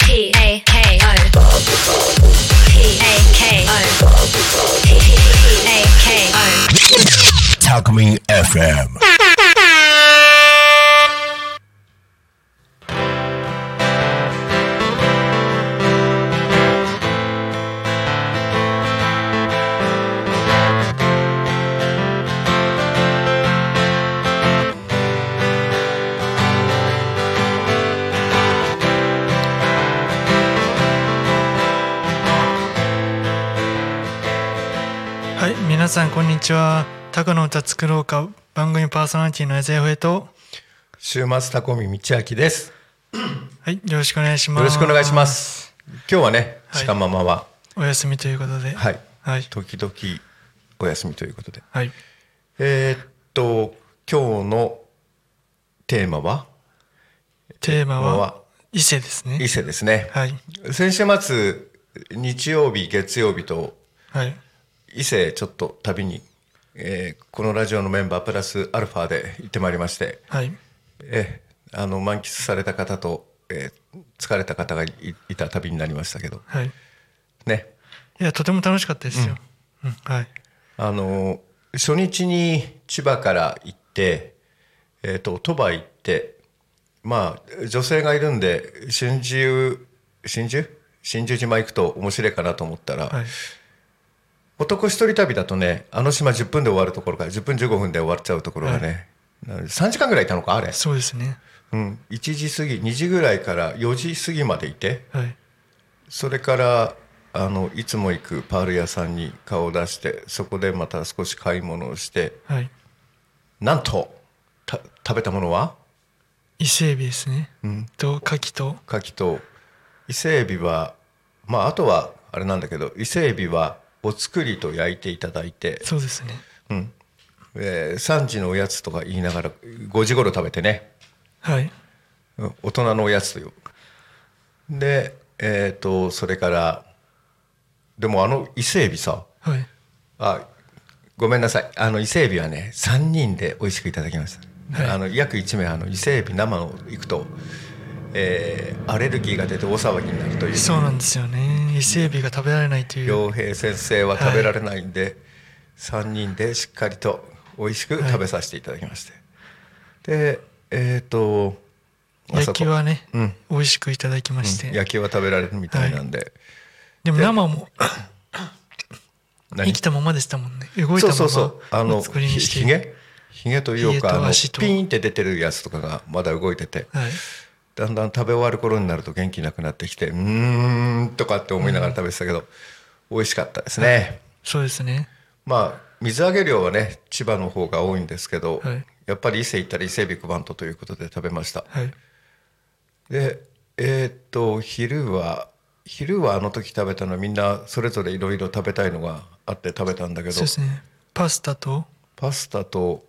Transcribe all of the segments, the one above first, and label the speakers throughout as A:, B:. A: P A K O. P A K O. P A K O.
B: Talkme FM.
C: はい、皆さんこんにちは。タコの歌作ろうか番組パーソナリティのエゼフエと、
D: 週末タコミ道明です。
C: はい、よろしくお願いします。
D: よろしくお願いしま。す。今日はね、
C: はい
D: 鹿ママは、
C: お休みということで、
D: はい、
C: はい、
D: 時々お休みということで。
C: はい、
D: えーっと、今日のテーマは
C: テーマ
D: テーマ
C: は
D: は
C: 伊勢ですね
D: 伊。勢ですね。
C: はい、
D: 先週末、日曜日、月曜日と
C: はい、
D: 伊勢ちょっと旅に、えーこのラジオのメンバープラスアルファで行ってまいりまして、
C: はい、
D: えーあの満喫された方と、えー疲れた方がいいた旅になりましたけど、
C: はい。い
D: ね。
C: や、とても楽しかったですよ。うん、はい、
D: あの初日に千葉から行って、えー、と鳥羽行ってまあ女性がいるんで真珠真珠真珠島行くと面白いかなと思ったら、
C: はい、
D: 男一人旅だとねあの島10分で終わるところから10分15分で終わっちゃうところがね、な3時間ぐらいいたのかあれ、
C: そうですね。
D: うん、1時過ぎ2時ぐらいから4時過ぎまでいて
C: はい、
D: それからあのいつも行くパール屋さんに顔を出してそこでまた少し買い物をして。
C: はい、
D: なんとた食べたものは
C: 伊勢海老ですね。
D: うん
C: と牡蠣と、
D: 牡蠣と伊勢海老はまああとはあれなんだけど伊勢海老はお作りと焼いていただいて、
C: そうですね。
D: うんえー3時のおやつとか言いながら5時頃食べてね
C: はい、
D: うん大人のおやつというでえっ、とそれからでもあの伊勢海老さ
C: はい、
D: あごめんなさいあの伊勢海老はね3人で美味しくいただきました、
C: はい
D: あの約1名あの伊勢海老生を行くと、えーアレルギーが出て大騒ぎになるという
C: そうなんですよね。伊勢海老が食べられないという。
D: 洋平先生は食べられないんで、3人でしっかりと美味しく食べさせていただきまして、でえっ、とあそ
C: 焼
D: こ
C: きはね、
D: うん
C: 美味しくいただきまして。
D: 焼きは食べられるみたいなんで、
C: でも
D: で
C: 生も
D: 何
C: 生きたままでしたもんね動いた
D: そう
C: ま
D: そうそうあ
C: ま
D: の
C: お作りにして
D: ひひげひげという
C: ひげ
D: か
C: と
D: あの
C: 足と
D: ピーンって出てるやつとかがまだ動いてて、
C: はい
D: だんだん食べ終わる頃になると元気なくなってきてうーんとかって思いながら食べてたけど、美味しかったですね、
C: そうですね
D: まあ水揚げ量はね千葉の方が多いんですけど、
C: はい
D: やっぱり伊勢行ったら伊勢ビッグバントということで食べました、
C: はい
D: でえーっと昼は昼はあの時食べたのはみんなそれぞれいろいろ食べたいのがあって食べたんだけ
C: そ
D: ど
C: うですねパスタと
D: パスタと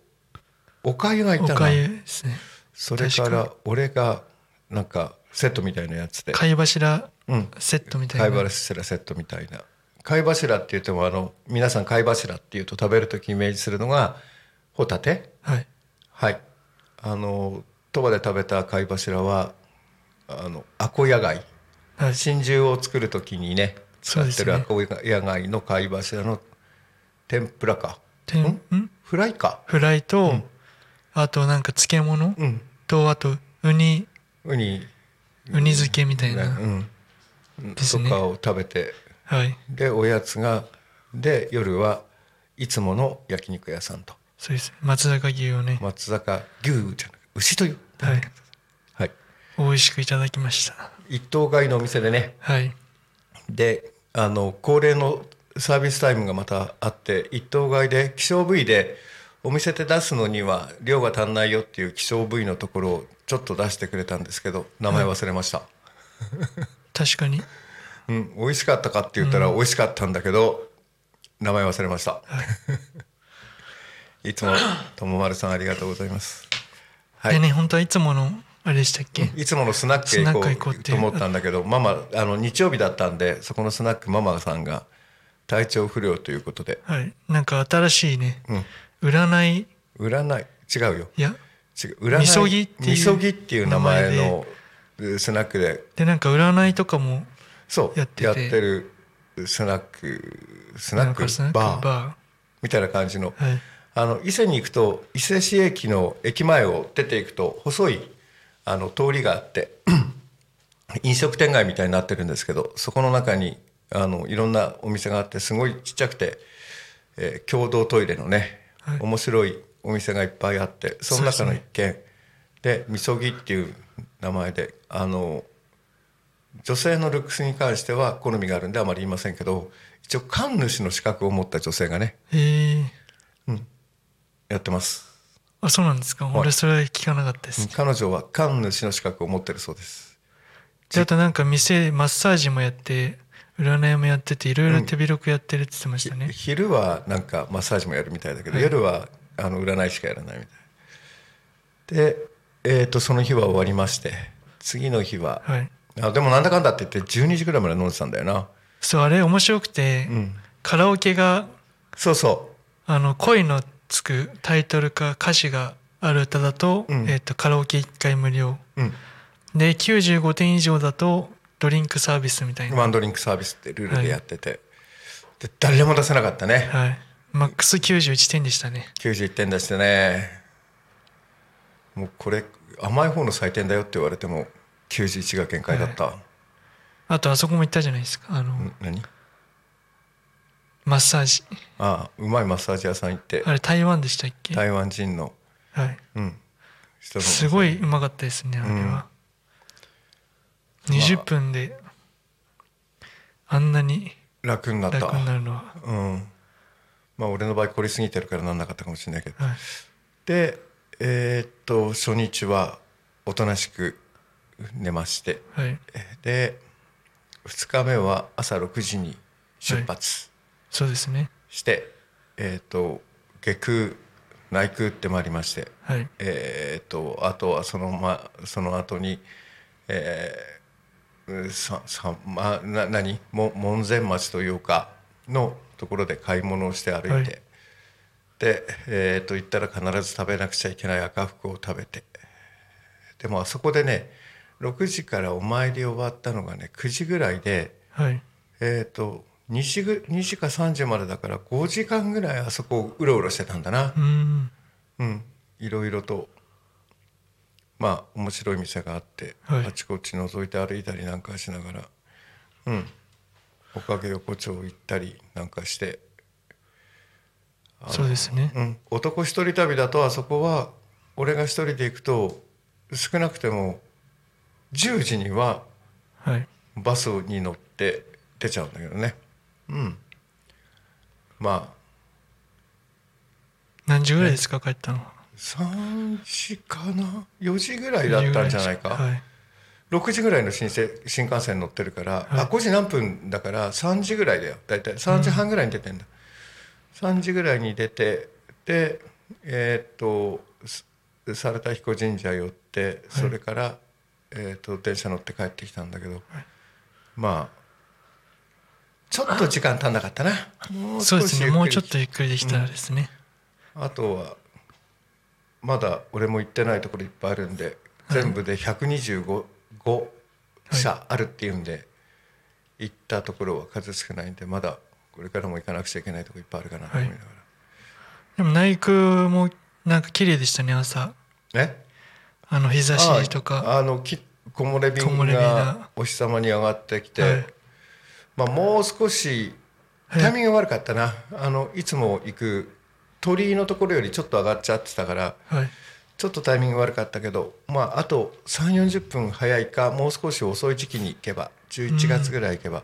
D: おかゆがい
C: お
D: たな
C: かゆですね
D: それから俺がなんかセットみたいなやつで
C: 貝柱
D: うん
C: セットみたい
D: 貝
C: な、
D: 柱セットみたいな貝柱って言ってもあの皆さん貝柱っていうと食べる時イメージするのがホタテ
C: はい
D: はいあの鳥羽で食べた貝柱はあのアコヤ貝
C: はい
D: 真珠を作る時にね
C: そ
D: 使
C: うで
D: って
C: す
D: る
C: ね
D: アコヤ貝の貝柱の天ぷらか
C: てんん
D: フライか
C: フライと、あとなんか漬物、
D: うん
C: とあとウニ
D: ウニ
C: ウニ漬けみたいな、
D: うん
C: です
D: と
C: ね
D: かを食べて
C: はい
D: でおやつがで夜はいつもの焼肉屋さんと
C: そうです松坂牛をね、
D: 松坂牛じゃなく牛という
C: はい
D: はい
C: 美味しくいただきました
D: 一頭買いのお店でね
C: はい
D: であの恒例のサービスタイムがまたあって一頭買いで希少部位でお店で出すのには量が足んないよっていう希少部位のところをちょっと出してくれたんですけど名前忘れました、
C: 確かに
D: うん美味しかったかって言ったら美味しかったんだけど、名前忘れました、い、つもともまるさんありがとうございますはい
C: でね本当はいつものあれでしたっけ、
D: いつものスナックへ
C: スナックへ行
D: 行
C: こ
D: こ
C: う
D: う
C: ってい
D: と
C: う
D: 思ったんだけどママあの日曜日だったんでそこのスナックママさんが体調不良ということで
C: はいなんか新しいね、占い
D: 占い違うよ
C: いや
D: 違う占い
C: みそぎっていう
D: みそぎっていう名前のでスナックで
C: でなんか占いとかも
D: そう
C: や
D: や
C: っ
D: って
C: てて
D: るスナックスナ
C: な
D: ッ
C: ん
D: ク
C: かスナック
D: バー
C: バ
D: みたいな感じの,、
C: ーはい
D: あの伊勢に行くと伊勢市駅の駅前を出ていくと細いあの通りがあって 飲食店街みたいになってるんですけどそこの中にあのいろんなお店があってすごいちっちゃくて、えー共同トイレのね、
C: はい
D: 面白いお店がいっぱいあってその中の一軒でみそぎっていう名前であの女性のルックスに関しては好みがあるんであまり言いませんけど一応神主の資格を持った女性がね
C: へえ
D: やってます
C: あそうなんですか俺それは聞かなかったです
D: 彼女は神主の資格を持ってるそうです
C: であとなんか店マッサージもやって占いもやってていろいろ手広くやってるって言ってましたね、
D: ひ昼はなんかマッサージもやるみたいだけど、夜はあの占いしかやらないみたいで、えー、とその日は終わりまして次の日は、
C: はい
D: あでもなんだかんだって言って12時ぐらいまで飲んでたんだよな
C: そうあれ面白くて、カラオケが
D: そうそ
C: あの恋のつくタイトルか歌詞がある歌だと,、
D: ん
C: えっとカラオケ1回無料
D: う、うん、
C: で95点以上だとドリンクサービスみたいな、
D: ワンドリンクサービスってルールでやってて、で誰も出せなかったね、
C: はい、マックス91点でしたね
D: 91点出してねもうこれ甘い方の採点だよって言われても91が限界だった、
C: あとあそこも行ったじゃないですかあの、
D: ん何
C: マッサージ
D: ああうまいマッサージ屋さん行って
C: あれ台湾でしたっけ、
D: 台湾人の
C: はい、
D: うん人の
C: すごいうまかったですねあれは、20分であんなに
D: 楽になった
C: 楽になるのは、
D: うんまあ俺の場合凝りすぎてるからなんなかったかもしれないけど、
C: はい、
D: でえーっと初日はおとなしく寝まして
C: はい、
D: で2日目は朝6時に出発、
C: そうですね
D: して、えー、と下空内空ってまいりまして、
C: はい
D: えー、とあとはその,、ま、その後に、えーささま、な何も門前町というかのところで買い物をして歩いて、
C: はい
D: で、えー、と行ったら必ず食べなくちゃいけない赤服を食べてでもあそこでね6時からお参り終わったのがね9時ぐらいで。
C: はい
D: えっ、と2時ぐ2時か3時までだから5時間ぐらいあそこをうろうろしてたんだな
C: う。ん
D: うん、いろいろとまあ面白い店があって、
C: はい
D: あちこち覗いて歩いたりなんかしながら、うん、おかげ横丁行ったりなんかして、
C: そうですね
D: うん、男一人旅だとあそこは俺が一人で行くと少なくても10時には
C: はい
D: バスに乗って出ちゃうんだけどねうんま
C: 何時ぐらいですか帰ったの
D: あ3時かな4時ぐらいだったんじゃないか
C: はい
D: 6時ぐらいの新せ新幹線乗ってるから、
C: はい
D: あ5時何分だから3時ぐらいだよ大体3時半ぐらいに出てんだ、3時ぐらいに出てでえーっとす猿田彦神社寄ってそれから、えーっと電車乗って帰ってきたんだけど、まあちょっと時間足んなかったなも
C: そうですねもうちょっ
D: と
C: とゆっくりできたらですね、
D: あとはまだ俺も行ってないところいっぱいあるんで全部で125社あるっていうんで、行ったところは数少ないんでまだこれからも行かなくちゃいけないところいっぱいあるかなと思いなが
C: でも内空もなんか綺麗でしたね朝
D: ら、ね
C: あの日差
D: あ
C: しとか
D: あのき木漏れ
C: 木漏れ
D: 日
C: 日
D: が
C: が
D: お日様に上がってきて、
C: はい
D: まあ、もう少し
C: はい
D: タイミングが悪かったな、あのいつも行く鳥居のところよりちょっと上がっちゃってたから。
C: はい
D: ちょっとタイミング悪かったけど、まあ、あと3 4 0分早いかもう少し遅い時期に行けば11月ぐらい行けば、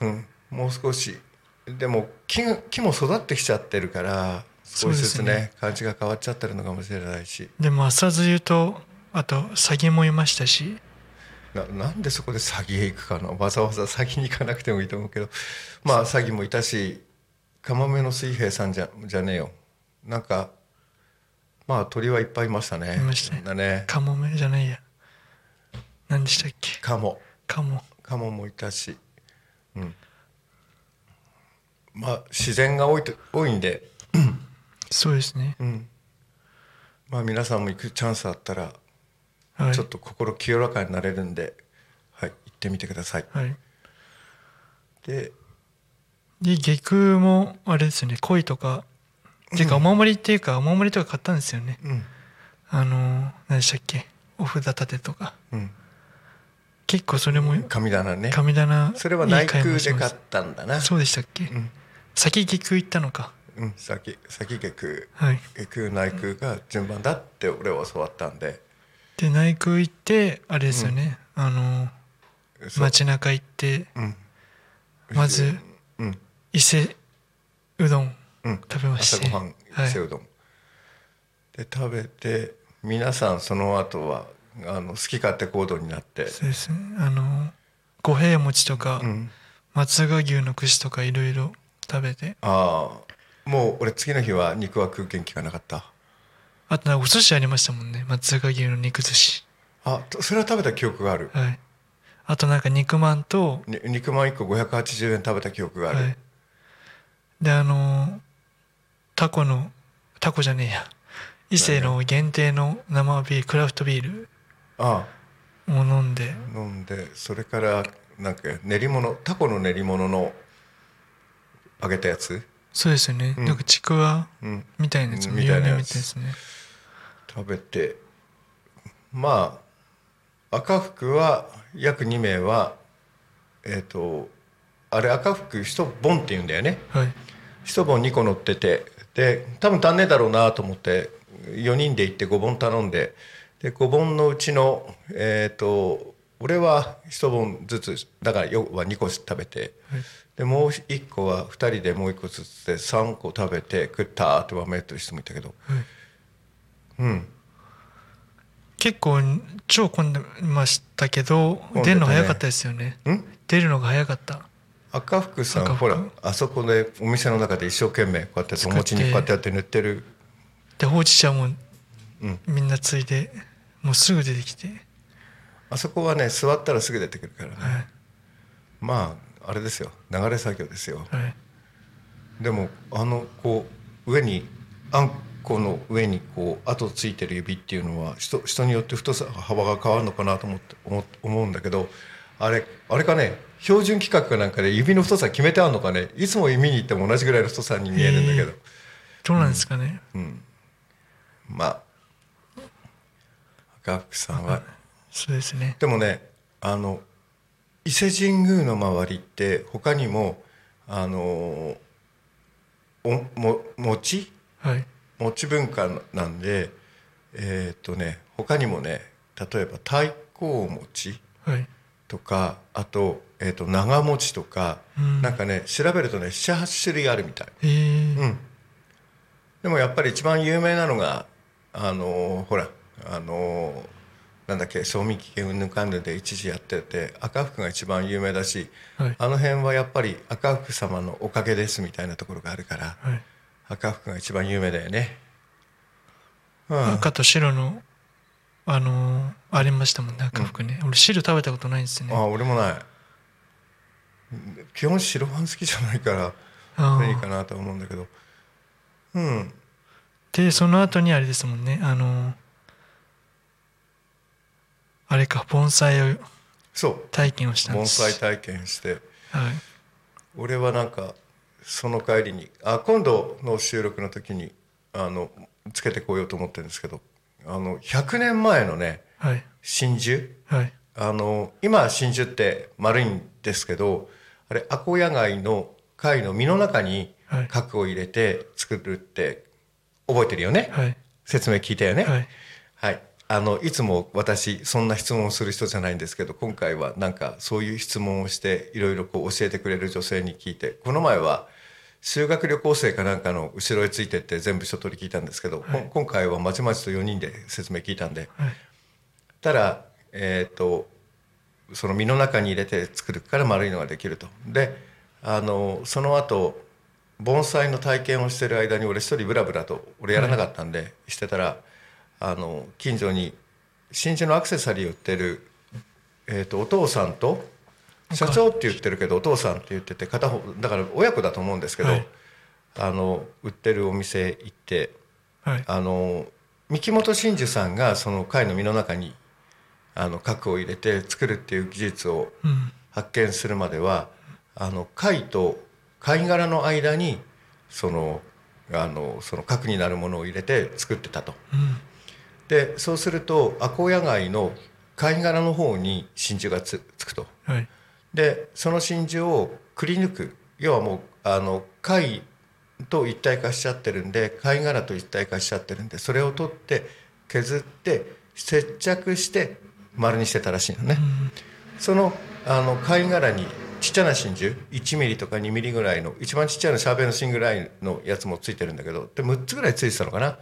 D: うんもう少しでも木が木も育ってきちゃってるから
C: そ
D: 少
C: うで
D: しず
C: す
D: つ
C: ね
D: ね感じが変わっちゃってるのかもしれないし
C: でも朝露とあとサギもいましたし
D: ななんでそこで詐欺へ行くかなわざわざ詐欺に行かなくてもいいと思うけどまあ詐欺もいたし釜めの水平さんじゃじゃねえよなんかまあ鳥はいっぱいいましたね。
C: いましたね
D: だね
C: カモメじゃないや何でしたっけ
D: カモ
C: カモ
D: カモもいたし、うん、まあ自然が多いと多いんで、
C: そうですね、
D: まあ、皆さんも行くチャンスあったら
C: はい
D: ちょっと心清らかになれるんで、はい、行ってみてください。
C: はい
D: で
C: で下空もあれですよね鯉とかていうかお守りっていうかお守りとか買ったんですよね
D: うん
C: あのー何でしたっけお札立てとか
D: うん
C: 結構それも
D: 神棚ね
C: 神棚
D: それはい
C: い買
D: 内
C: い物
D: 宮で
C: しま
D: 買
C: し
D: ったたんだな
C: そうでしたっけ、
D: ん
C: 先下空行ったのか
D: うん、先先下空
C: はい
D: 下空内空が順番だって俺は教わったんで
C: で内宮行ってあれですよね、あのー
D: そう
C: 街中行って
D: うん
C: まず
D: うん
C: 伊勢うどん
D: うん
C: 食べまし
D: 朝
C: て、
D: ごはん
C: はい
D: 伊勢うどん、で食べて皆さんその後はあの好き勝手行動になって
C: そうですねあの五平餅とか、
D: うん
C: 松賀牛の串とかいろいろ食べて
D: ああもう俺次の日は肉は食う元気がなかった
C: あとなんかお寿司ありましたもんね松賀牛の肉寿司
D: あとそれは食べた記憶がある、
C: はいあとなんか肉まんと、
D: に肉まん1個580円食べた記憶がある、
C: はい、であのタコのタコじゃねえや伊勢の限定の生ビールクラフトビール
D: ああ
C: を飲んで
D: 飲んでそれからなんか練り物タコの練り物の揚げたやつ
C: そうですよね、
D: うん
C: なんかちくわ
D: うん
C: みたいなやつも
D: み
C: 有名
D: たい
C: みた
D: な
C: い
D: や
C: で
D: つ
C: すね
D: 食べてまあ赤福は約2名はえっ、とあれ赤福一本って言うんだよね
C: はい
D: 一本2個乗っててで多分足んねえだろうなと思って4人で行って5本頼んでで5本のうちのえっ、と俺は一本ずつだから要は2個食べて、でもう1個は2人でもう1個ずつで3個食べて食ったってわめとしてもいたけど、うん
C: 結構超混んでましたけど
D: でたね
C: 出るの早かったですよね
D: ん
C: 出るのが早かった
D: 赤福さん
C: 赤福
D: ほらあそこでお店の中で一生懸命こうやってお餅にこうやってやって塗ってる
C: でほうじ茶も
D: うん
C: みんなついでもうすぐ出てきて
D: あそこはね座ったらすぐ出てくるからね、
C: はい
D: まああれですよ流れ作業ですよ、
C: はい
D: でもあのこう上にあんこの上にこう跡ついてる指っていうのは人人によって太さ幅が変わるのかなと思って思思うんだけどあれあれかね標準規格かなんかで指の太さ決めてあるのかねいつも指に行っても同じぐらいの太さに見えるんだけど、
C: どうなんですかね、
D: まあ赤福さんは
C: そうですね
D: でもねあの伊勢神宮の周りって他にもあのおも餅
C: はい
D: 持ち文化なんでえーっとね他にもね例えば太閤餅
C: はい
D: とかあと,、えーっと長餅とか、
C: うん
D: なんかね調べるとね78種類あるみたい、
C: えー
D: うん、でもやっぱり一番有名なのがあのーほらあのーなんだっけ賞味期限うんぬんかんぬんで一時やってて赤福が一番有名だし、
C: はい
D: あの辺はやっぱり赤福様のおかげですみたいなところがあるから、
C: はい
D: 赤福が一番有名だよね。うん、
C: 赤と白のあのーありましたもんね赤服ね、俺白食べたことないんですよね
D: あ俺もない基本白飯好きじゃないか
C: あ
D: ら
C: ー
D: いいかなとは思うんだけどうん
C: でその後にあれですもんねあのーあれか盆栽を
D: そ
C: 体験をし
D: う
C: たんで
D: 盆
C: す
D: 栽体験して
C: はい
D: 俺はなんかその帰りにあ今度の収録の時にあのつけてこようと思ってるんですけどあの100年前のね
C: はい
D: 真珠
C: はい
D: あの今真珠って丸いんですけどあれアコヤ貝の貝の身の中に
C: はい
D: 核を入れて作るって覚えてるよね、
C: はい
D: 説明聞いたよね
C: はい、
D: はいあのいつも私そんな質問をする人じゃないんですけど今回はなんかそういう質問をしていろいろこう教えてくれる女性に聞いてこの前は修学旅行生かなんかの後ろへついてって全部一通り聞いたんですけど、こん今回はまちまちと4人で説明聞いたんで、
C: はい
D: たら、えー、とその身の中に入れて作るから丸いのができると。であのその後盆栽の体験をしてる間に俺一人ブラブラと俺やらなかったんで、してたらあの近所に真珠のアクセサリーを売ってる、えー、とお父さんと社長って言ってるけどお父さんって言ってて片方だから親子だと思うんですけど、
C: はい
D: あの売ってるお店行って
C: はい
D: あの三木本真珠さんがその貝の身の中にあの核を入れて作るっていう技術を
C: うん
D: 発見するまではあの貝と貝殻の間にそのあのその核になるものを入れて作ってたと。
C: うん
D: でそうするとアコヤ貝の貝殻の方に真珠がつつくと。
C: はい
D: でその真珠をくり抜く要はもうあの貝と一体化しちゃってるんで貝殻と一体化しちゃってるんでそれを取って削って接着して丸にしてたらしいのね。そのあの貝殻にちっちゃな真珠1ミリとか2ミリぐらいの一番ちっちゃいのシャーベの芯ぐらいのやつもついてるんだけどで6つぐらいついてたのかな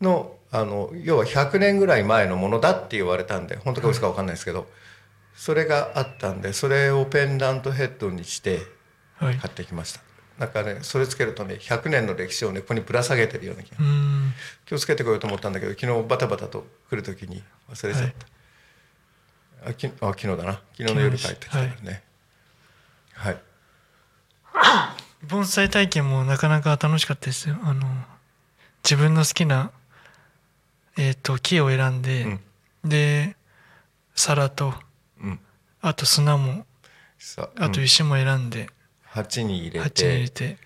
D: のあの要は100年ぐらい前のものだって言われたんで本当か嘘か分かんないですけどそれがあったんでそれをペンダントヘッドにして
C: はい
D: 買ってきましたなんかねそれつけるとね100年の歴史をねここにぶら下げてるような気が
C: うん
D: 今日つけてこようと思ったんだけど昨日バタバタと来る時に忘れちゃった、あきあ昨日だな昨日の夜帰ってきたからねはい、
C: 盆栽体験もなかなか楽しかったですよあの自分の好きな、えー、と木を選んで、で皿と
D: うん
C: あと砂も
D: さ
C: あと
D: うん
C: 石も選んで、
D: 鉢に入れ
C: 鉢に入れ
D: て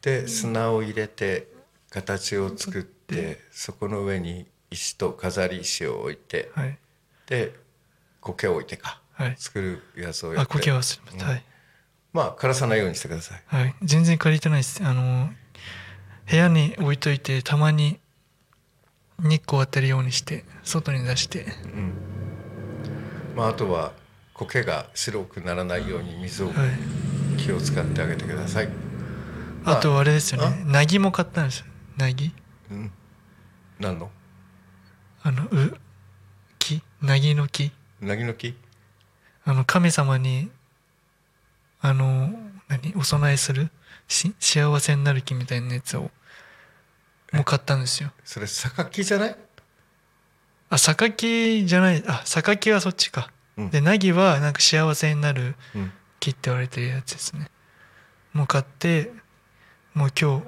C: て
D: で砂を入れて形を作ってそこの上に石と飾り石を置いて
C: はい
D: で苔を置いてか、
C: はい
D: 作るやつをや
C: あ
D: って
C: 苔は忘れました、はい、
D: まあ枯らさないようにしてください
C: はい、全然借りてないですあの部屋に置いといてたまに日光当てるようにして外に出して
D: まあ、あとは苔が白くならないように水を
C: はい
D: 気を使ってあげてください、
C: あとあれですよねなぎも買ったんですよなぎ
D: うん、何の
C: あのう木なぎの木
D: 凪の木
C: あの神様にあの何お供えするし幸せになる木みたいなやつをもう買ったんですよ
D: それ榊じゃない
C: あ榊じゃないあ榊はそっちか、
D: うん
C: で凪はなんか幸せになる
D: うん
C: 木って言われてるやつですねもう買ってもう今日よ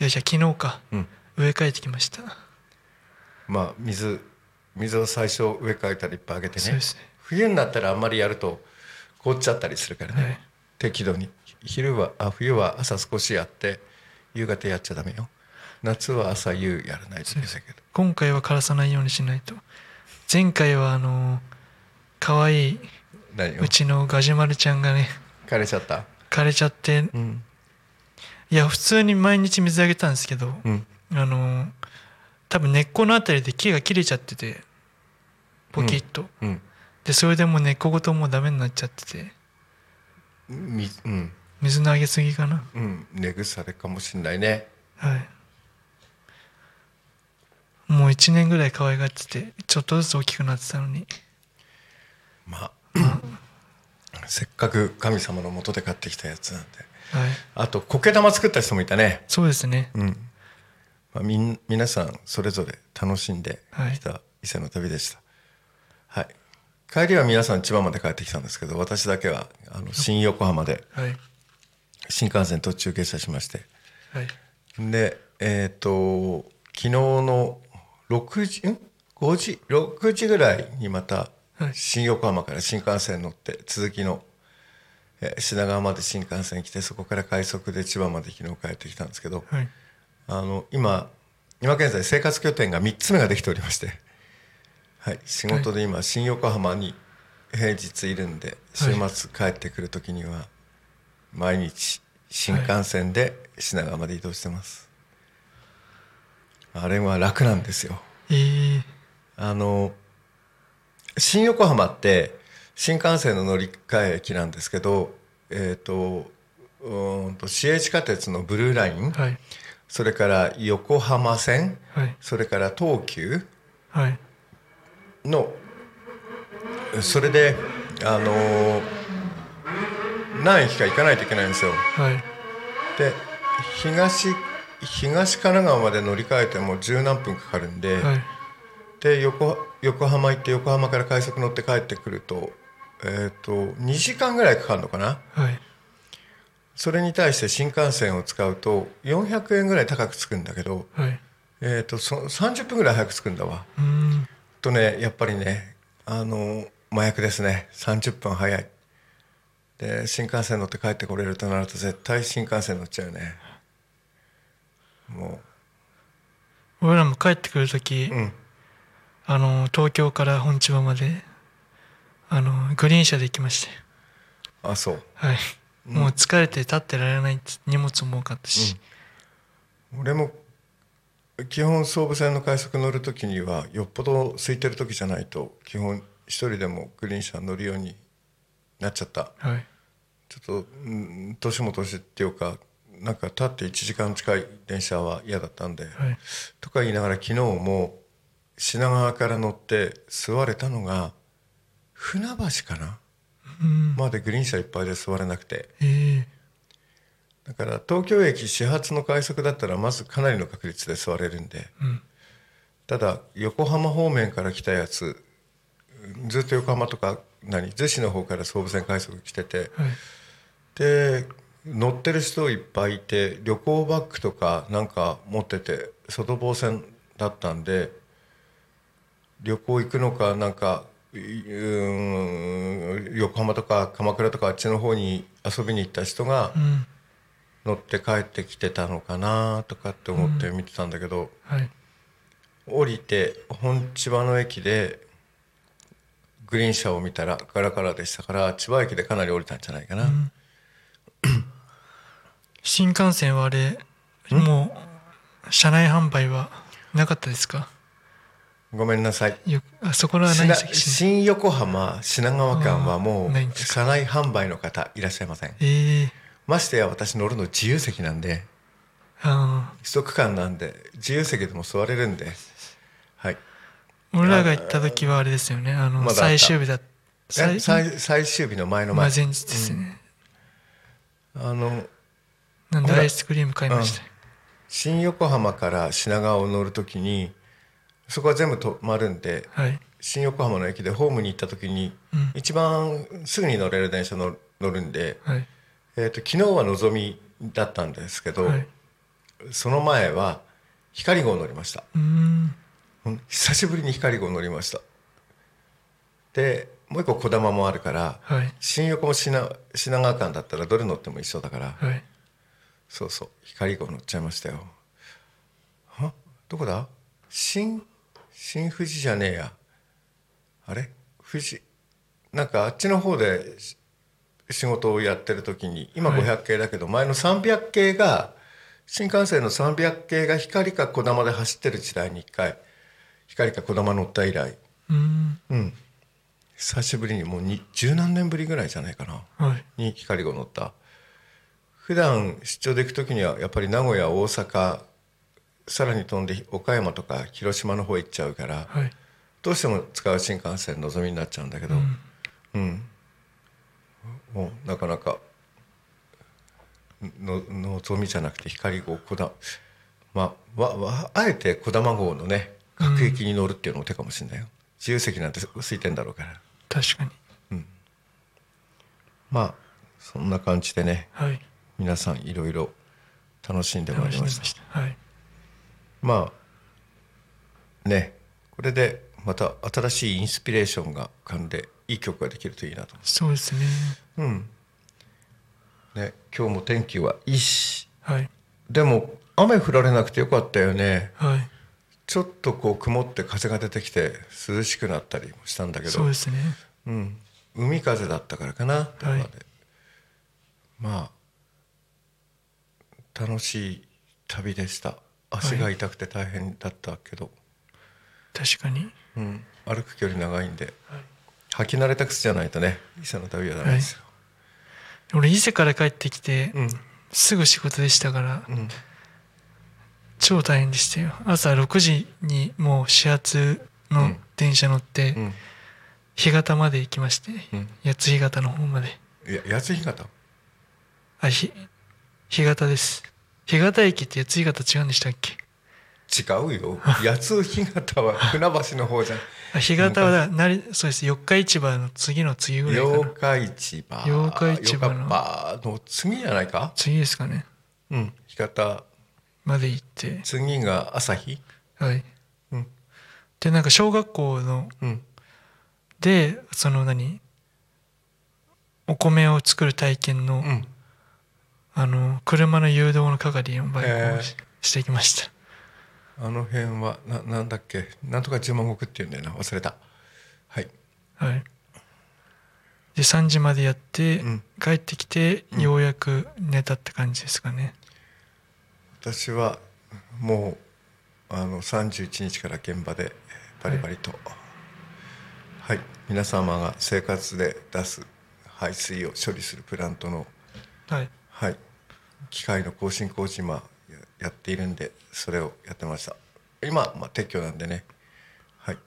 C: いしょ昨日か
D: うん
C: 植え替えてきました、
D: まあ水水を最初植え替えたりいっぱいあげて
C: そうで
D: ね
C: すね
D: 冬になったらあんまりやると凍っちゃったりするからね、
C: はい
D: 適度に昼はあ冬は朝少しやって夕方やっちゃダメよ夏は朝夕やらないといけないけど
C: 今回は枯らさないようにしないと前回はあの可愛い
D: 何を
C: うちのガジュマルちゃんがね
D: 枯れちゃった
C: 枯れちゃって
D: うん
C: いや普通に毎日水あげたんですけど、
D: うん
C: あの多分根っこのあたりで木が切れちゃっててポキッと、
D: うん
C: でそれでもう根っこごともうダメになっちゃってて
D: みうん
C: 水のあげすぎかな
D: うん、根腐れかもしんないね。
C: はいもう1年ぐらい可愛がっててちょっとずつ大きくなってたのに
D: まあ、せっかく神様の元で買ってきたやつなんで。
C: はい
D: あと、苔玉作った人もいたね。
C: そうですね、
D: まあ、みん、皆さんそれぞれ楽しんできた伊勢の旅でした。はい。帰りは皆さん千葉まで帰ってきたんですけど、私だけは、あの、新横浜で
C: はい
D: 新幹線途中下車しまして。
C: はい
D: で、えっ、と、昨日の6時、ん ?5 時、6時ぐらいにまた
C: はい、
D: 新横浜から新幹線乗って、続きの、えー品川まで新幹線来て、そこから快速で千葉まで昨日帰ってきたんですけど、
C: はい
D: あの、今、今現在生活拠点が3つ目ができておりまして、はい、仕事で今、新横浜に平日いるんで、週末帰ってくるときには、毎日新幹線で品川まで移動してます。あれは楽なんですよ。
C: えー、
D: あの、新横浜って新幹線の乗り換え駅なんですけど、えっ、と、うーんと、市営地下鉄のブルーライン、
C: はい
D: それから横浜線、
C: はい
D: それから東急
C: はい
D: の、それで、あの何駅か行かないといけないんですよ。
C: はい
D: で、東、東神奈川まで乗り換えても十何分かかるんで、
C: はい
D: で横横浜行って横浜から快速乗って帰ってくると,、えー、と2時間ぐらいかかるのかな
C: はい
D: それに対して新幹線を使うと400円ぐらい高くつくんだけど、
C: はい
D: えー、とそ30分ぐらい早く着くんだわ
C: うーん
D: とねやっぱりねあの麻薬ですね30分早いで新幹線乗って帰ってこれるとなると絶対新幹線乗っちゃうねも
C: 俺らも帰ってくる時、
D: ううん
C: あの東京から本千葉まであのグリーン車で行きまして
D: あそう
C: はい、もう疲れて立ってられないっつ荷物も多かったし、
D: 俺も基本総武線の快速乗る時にはよっぽど空いてる時じゃないと基本一人でもグリーン車乗るようになっちゃった
C: はい
D: ちょっとうん年も年っていうかなんか立って1時間近い電車は嫌だったんで、
C: はい
D: とか言いながら昨日も品川から乗って座れたのが船橋かな、
C: うん
D: までグリーン車いっぱいで座れなくて
C: え
D: だから東京駅始発の快速だったらまずかなりの確率で座れるんで、
C: ん
D: ただ横浜方面から来たやつずっと横浜とか何逗子の方から総武線快速来てて、
C: えはい
D: で乗ってる人いっぱいいて旅行バッグとかなんか持ってて外房線だったんで旅行行くのかなんかうーん横浜とか鎌倉とかあっちの方に遊びに行った人が
C: うん
D: 乗って帰ってきてたのかなとかって思って見てたんだけど、
C: はい
D: 降りて本千葉の駅でグリーン車を見たらガラガラでしたから千葉駅でかなり降りたんじゃないかな。
C: 新幹線はあれもう車内販売はなかったですか
D: ごめんなさい
C: よあそこらはない
D: 品
C: ですし
D: 新横浜品川間はも
C: あーないん
D: う
C: です
D: 車内販売の方いらっしゃいません
C: ええ
D: ましてや私乗るの自由席なんで
C: あ
D: 一足間なんで自由席でも座れるんではい
C: ー俺らが行った時はあれですよねあの、
D: まだあった
C: 最終日だ
D: え最最終日の前の
C: まあ
D: 前、
C: 前日ですね、
D: あの
C: なん
D: ほ
C: で
D: ら
C: アイスクリーム買いましたよ、
D: 新横浜から品川を乗るときにそこは全部止まるんで
C: はい
D: 新横浜の駅でホームに行ったときに、
C: うん
D: 一番すぐに乗れる電車の乗るんで、
C: はい
D: えー、と昨日はのぞみだったんですけど、
C: はい
D: その前は光号乗りました
C: うーん
D: うん久しぶりに光号乗りましたでもう一個こだまもあるから、
C: はい
D: 新横も品品川間だったらどれ乗っても一緒だから、
C: はい
D: そうそう光号乗っちゃいましたよはどこだ新新富士じゃねえやあれ富士なんかあっちの方でし仕事をやってる時に今
C: はい
D: 500系だけど、前の300系が新幹線の300系が光か小玉で走ってる時代に一回光か小玉乗った以来
C: うーん
D: うん久しぶりにもうに十何年ぶりぐらいじゃないかな
C: はい
D: に光が乗った普段出張で行く時にはやっぱり名古屋大阪さらに飛んで岡山とか広島の方行っちゃうから
C: はい
D: どうしても使う新幹線のぞみになっちゃうんだけどうん、もうなかなかののぞみじゃなくて光号こだまあわわあえてこだま号のね各駅に乗るっていうのも手かもしれないよ、自由席なんて空いてんだろうから
C: 確かに
D: まあそんな感じでね
C: はい
D: 皆さんいろいろ楽しんでま
C: 楽
D: い
C: し
D: り
C: ん
D: ま
C: で
D: した
C: ましたはい
D: まあねこれでまた新しいインスピレーションが浮かんでいい曲ができるといいなと思
C: そうですね
D: うね今日も天気はいいし
C: はい
D: でも雨降られなくてよかったよね
C: はい
D: ちょっとこう曇って風が出てきて涼しくなったりもしたんだけど
C: そうですね
D: うん、海風だったからかなとかで、
C: はい
D: まあ楽しい旅でした足が痛くて大変だったけど、
C: 確かに
D: うん、歩く距離長いんで、履き慣れた靴じゃないとね伊勢の旅はダメですよ、
C: 俺伊勢から帰ってきて、
D: うん
C: すぐ仕事でしたから、
D: ん
C: 超大変でしたよ朝6時にもう始発の電車乗って、
D: うん
C: 干潟まで行きまして、
D: うん
C: 八つ干潟の方まで
D: いや八つ干潟
C: あひ干潟です干潟駅って八つ干潟違うんでしたっけ
D: 違うよ八つ干潟は船橋の方じゃん
C: あ干潟はだなりそうです四日市場の次の次ぐらいか
D: 八
C: な
D: 日市場
C: 八日市場の
D: 八日場の次じゃないか
C: 次ですかね
D: うん干潟
C: まで行って
D: 次が朝日
C: はい
D: うん
C: でなんか小学校の
D: うん
C: でその何お米を作る体験の、
D: うん
C: あの車の誘導の係のバイクをし,、
D: へ
C: てきました
D: あの辺はななんだっけなんとか十万石っていうんだよな忘れたはい
C: はいで3時までやって、
D: うん
C: 帰ってきてようやく寝たって感じですかね、
D: 私はもうあの31日から現場でバリバリとはい、皆様が生活で出す排水を処理するプラントの
C: はい
D: はい機械の更新工事今ややっているんでそれをやってました今、まあ、撤去なんでねはい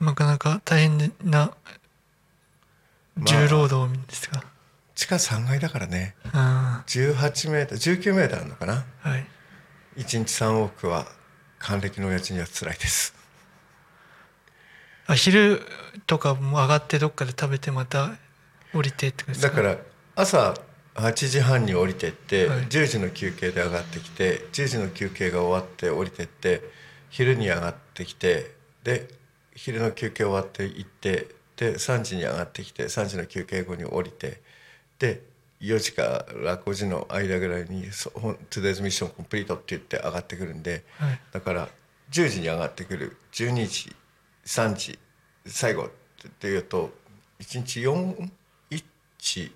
C: なかなか大変な重労働ですが、
D: 地下3階だからね
C: あ
D: 18メーター19メーターあるのかな
C: ーはい
D: 1日3億は還暦の親父には辛いです
C: あ昼とかも上がってどっかで食べてまた降りてってことです
D: だ
C: か
D: から朝8時半に降りてって、
C: はい
D: 10時の休憩で上がってきて10時の休憩が終わって降りてって昼に上がってきてで昼の休憩終わって行ってで3時に上がってきて3時の休憩後に降りてで4時から5時の間ぐらいに「そほん Today's Mission Complete」って言って上がってくるんで、
C: はい
D: だから10時に上がってくる12時3時最後っていうと1日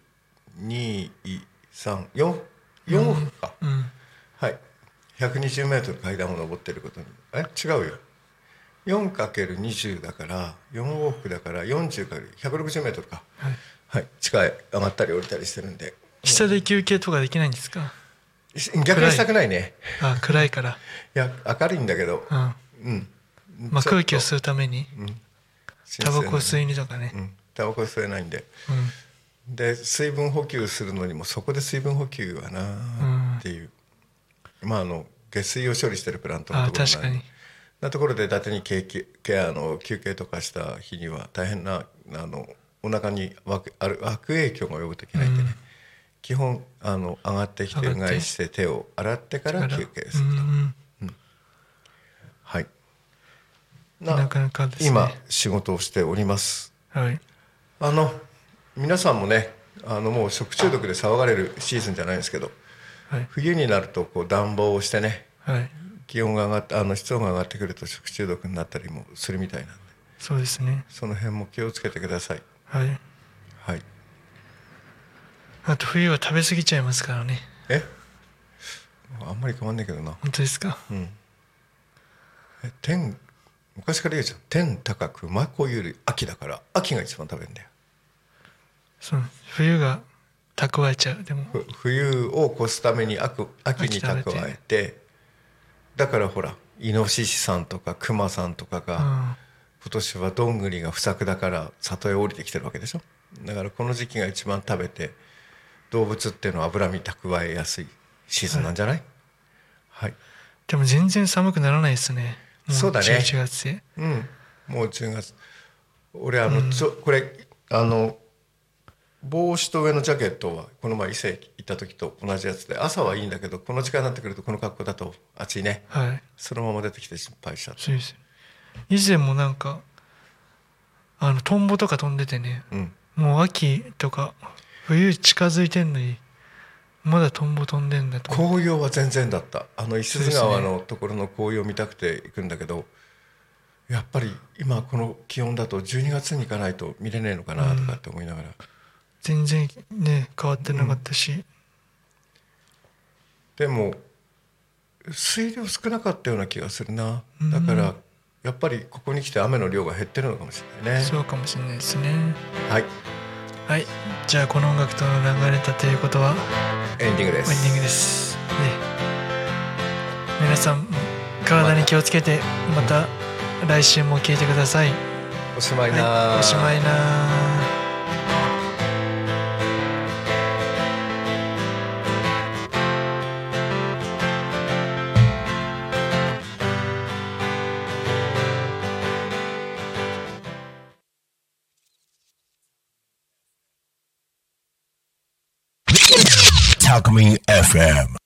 D: 412344分か、
C: うん
D: はい120メートル階段を上ってることにえ違うよ 4×20 だから4往復だから40から160メートルか
C: はい
D: はい地下へ上がったり降りたりしてるんで
C: 下で休憩とかできないんですか
D: 逆にしたくないね
C: あ暗いから、
D: いや明るいんだけど
C: うん
D: うん
C: まあ、
D: ちょっと
C: 空気を吸うために
D: 新
C: タ
D: 鮮な
C: バコを吸いにとかね、
D: うんタバコ吸えないんで
C: う
D: で水分補給するのにもそこで水分補給は
C: うん
D: なっていう、まああの下水を処理してるプラントのところ
C: あ確かに
D: なところで伊達にケケケアの休憩とかした日には大変なあのお腹に悪ある悪影響が及ぶといけないんでね、
C: うん
D: 基本あの上がってきて
C: 上がっ
D: う
C: て
D: がいして手を洗ってか
C: ん、
D: ら
C: から
D: 休憩する
C: うんうん
D: はい
C: なかなかですね
D: 今仕事をしております
C: はい
D: あの皆さんもねあのもう食中毒で騒がれるシーズンじゃないんですけど
C: はい
D: 冬になるとこう暖房をしてね
C: はい
D: 気温が上がってあの室温が上がってくると食中毒になったりもするみたいなんで
C: そうですね
D: その辺も気をつけてください
C: はい
D: はい
C: あと冬は食べ過ぎちゃいますからね
D: えあんまり変わんないけどな
C: 本当ですか、
D: え天昔から言うじゃん天高く真子より秋だから秋が一番食べるんだよ
C: そう冬が蓄えちゃうでも
D: ふ冬を越すために秋秋に蓄えてだからほらイノシシさんとかクマさんとかが、
C: うん
D: 今年はどんぐりが不作だから里へ降りてきてるわけでしょだからこの時期が一番食べて動物っていうのは脂身蓄えやすいシーズンなんじゃないはい、
C: でも全然寒くならないですねも
D: そうだね
C: 11月で
D: うんもう10月俺あの、ちょこれあの帽子と上のジャケットはこの前伊勢行った時と同じやつで朝はいいんだけどこの時間になってくるとこの格好だと暑いね
C: はい
D: そのまま出てきて心配しちゃって
C: そうです以前もなんかあのトンボとか飛んでてね
D: うん
C: もう秋とか冬近づいてんのにまだトンボ飛んでんだと
D: 紅葉は全然だったあの伊勢津川のところの紅葉見たくて行くんだけど、やっぱり今この気温だと12月に行かないと見れねえのかなとかって思いながら、
C: 全然ね変わってなかったし、
D: でも水量少なかったような気がするなだからやっぱりここに来て雨の量が減ってるのかもしれないね
C: そうかもしれないですね
D: はい
C: はいじゃあこの音楽と流れたということは
D: エンディング
C: エ
D: で
C: ン
D: す
C: ディングです、ね、皆さん体に気をつけてまた来週も聞いてください、
D: おしまいな、
C: はい、おしまいなー
B: Talk Me FM.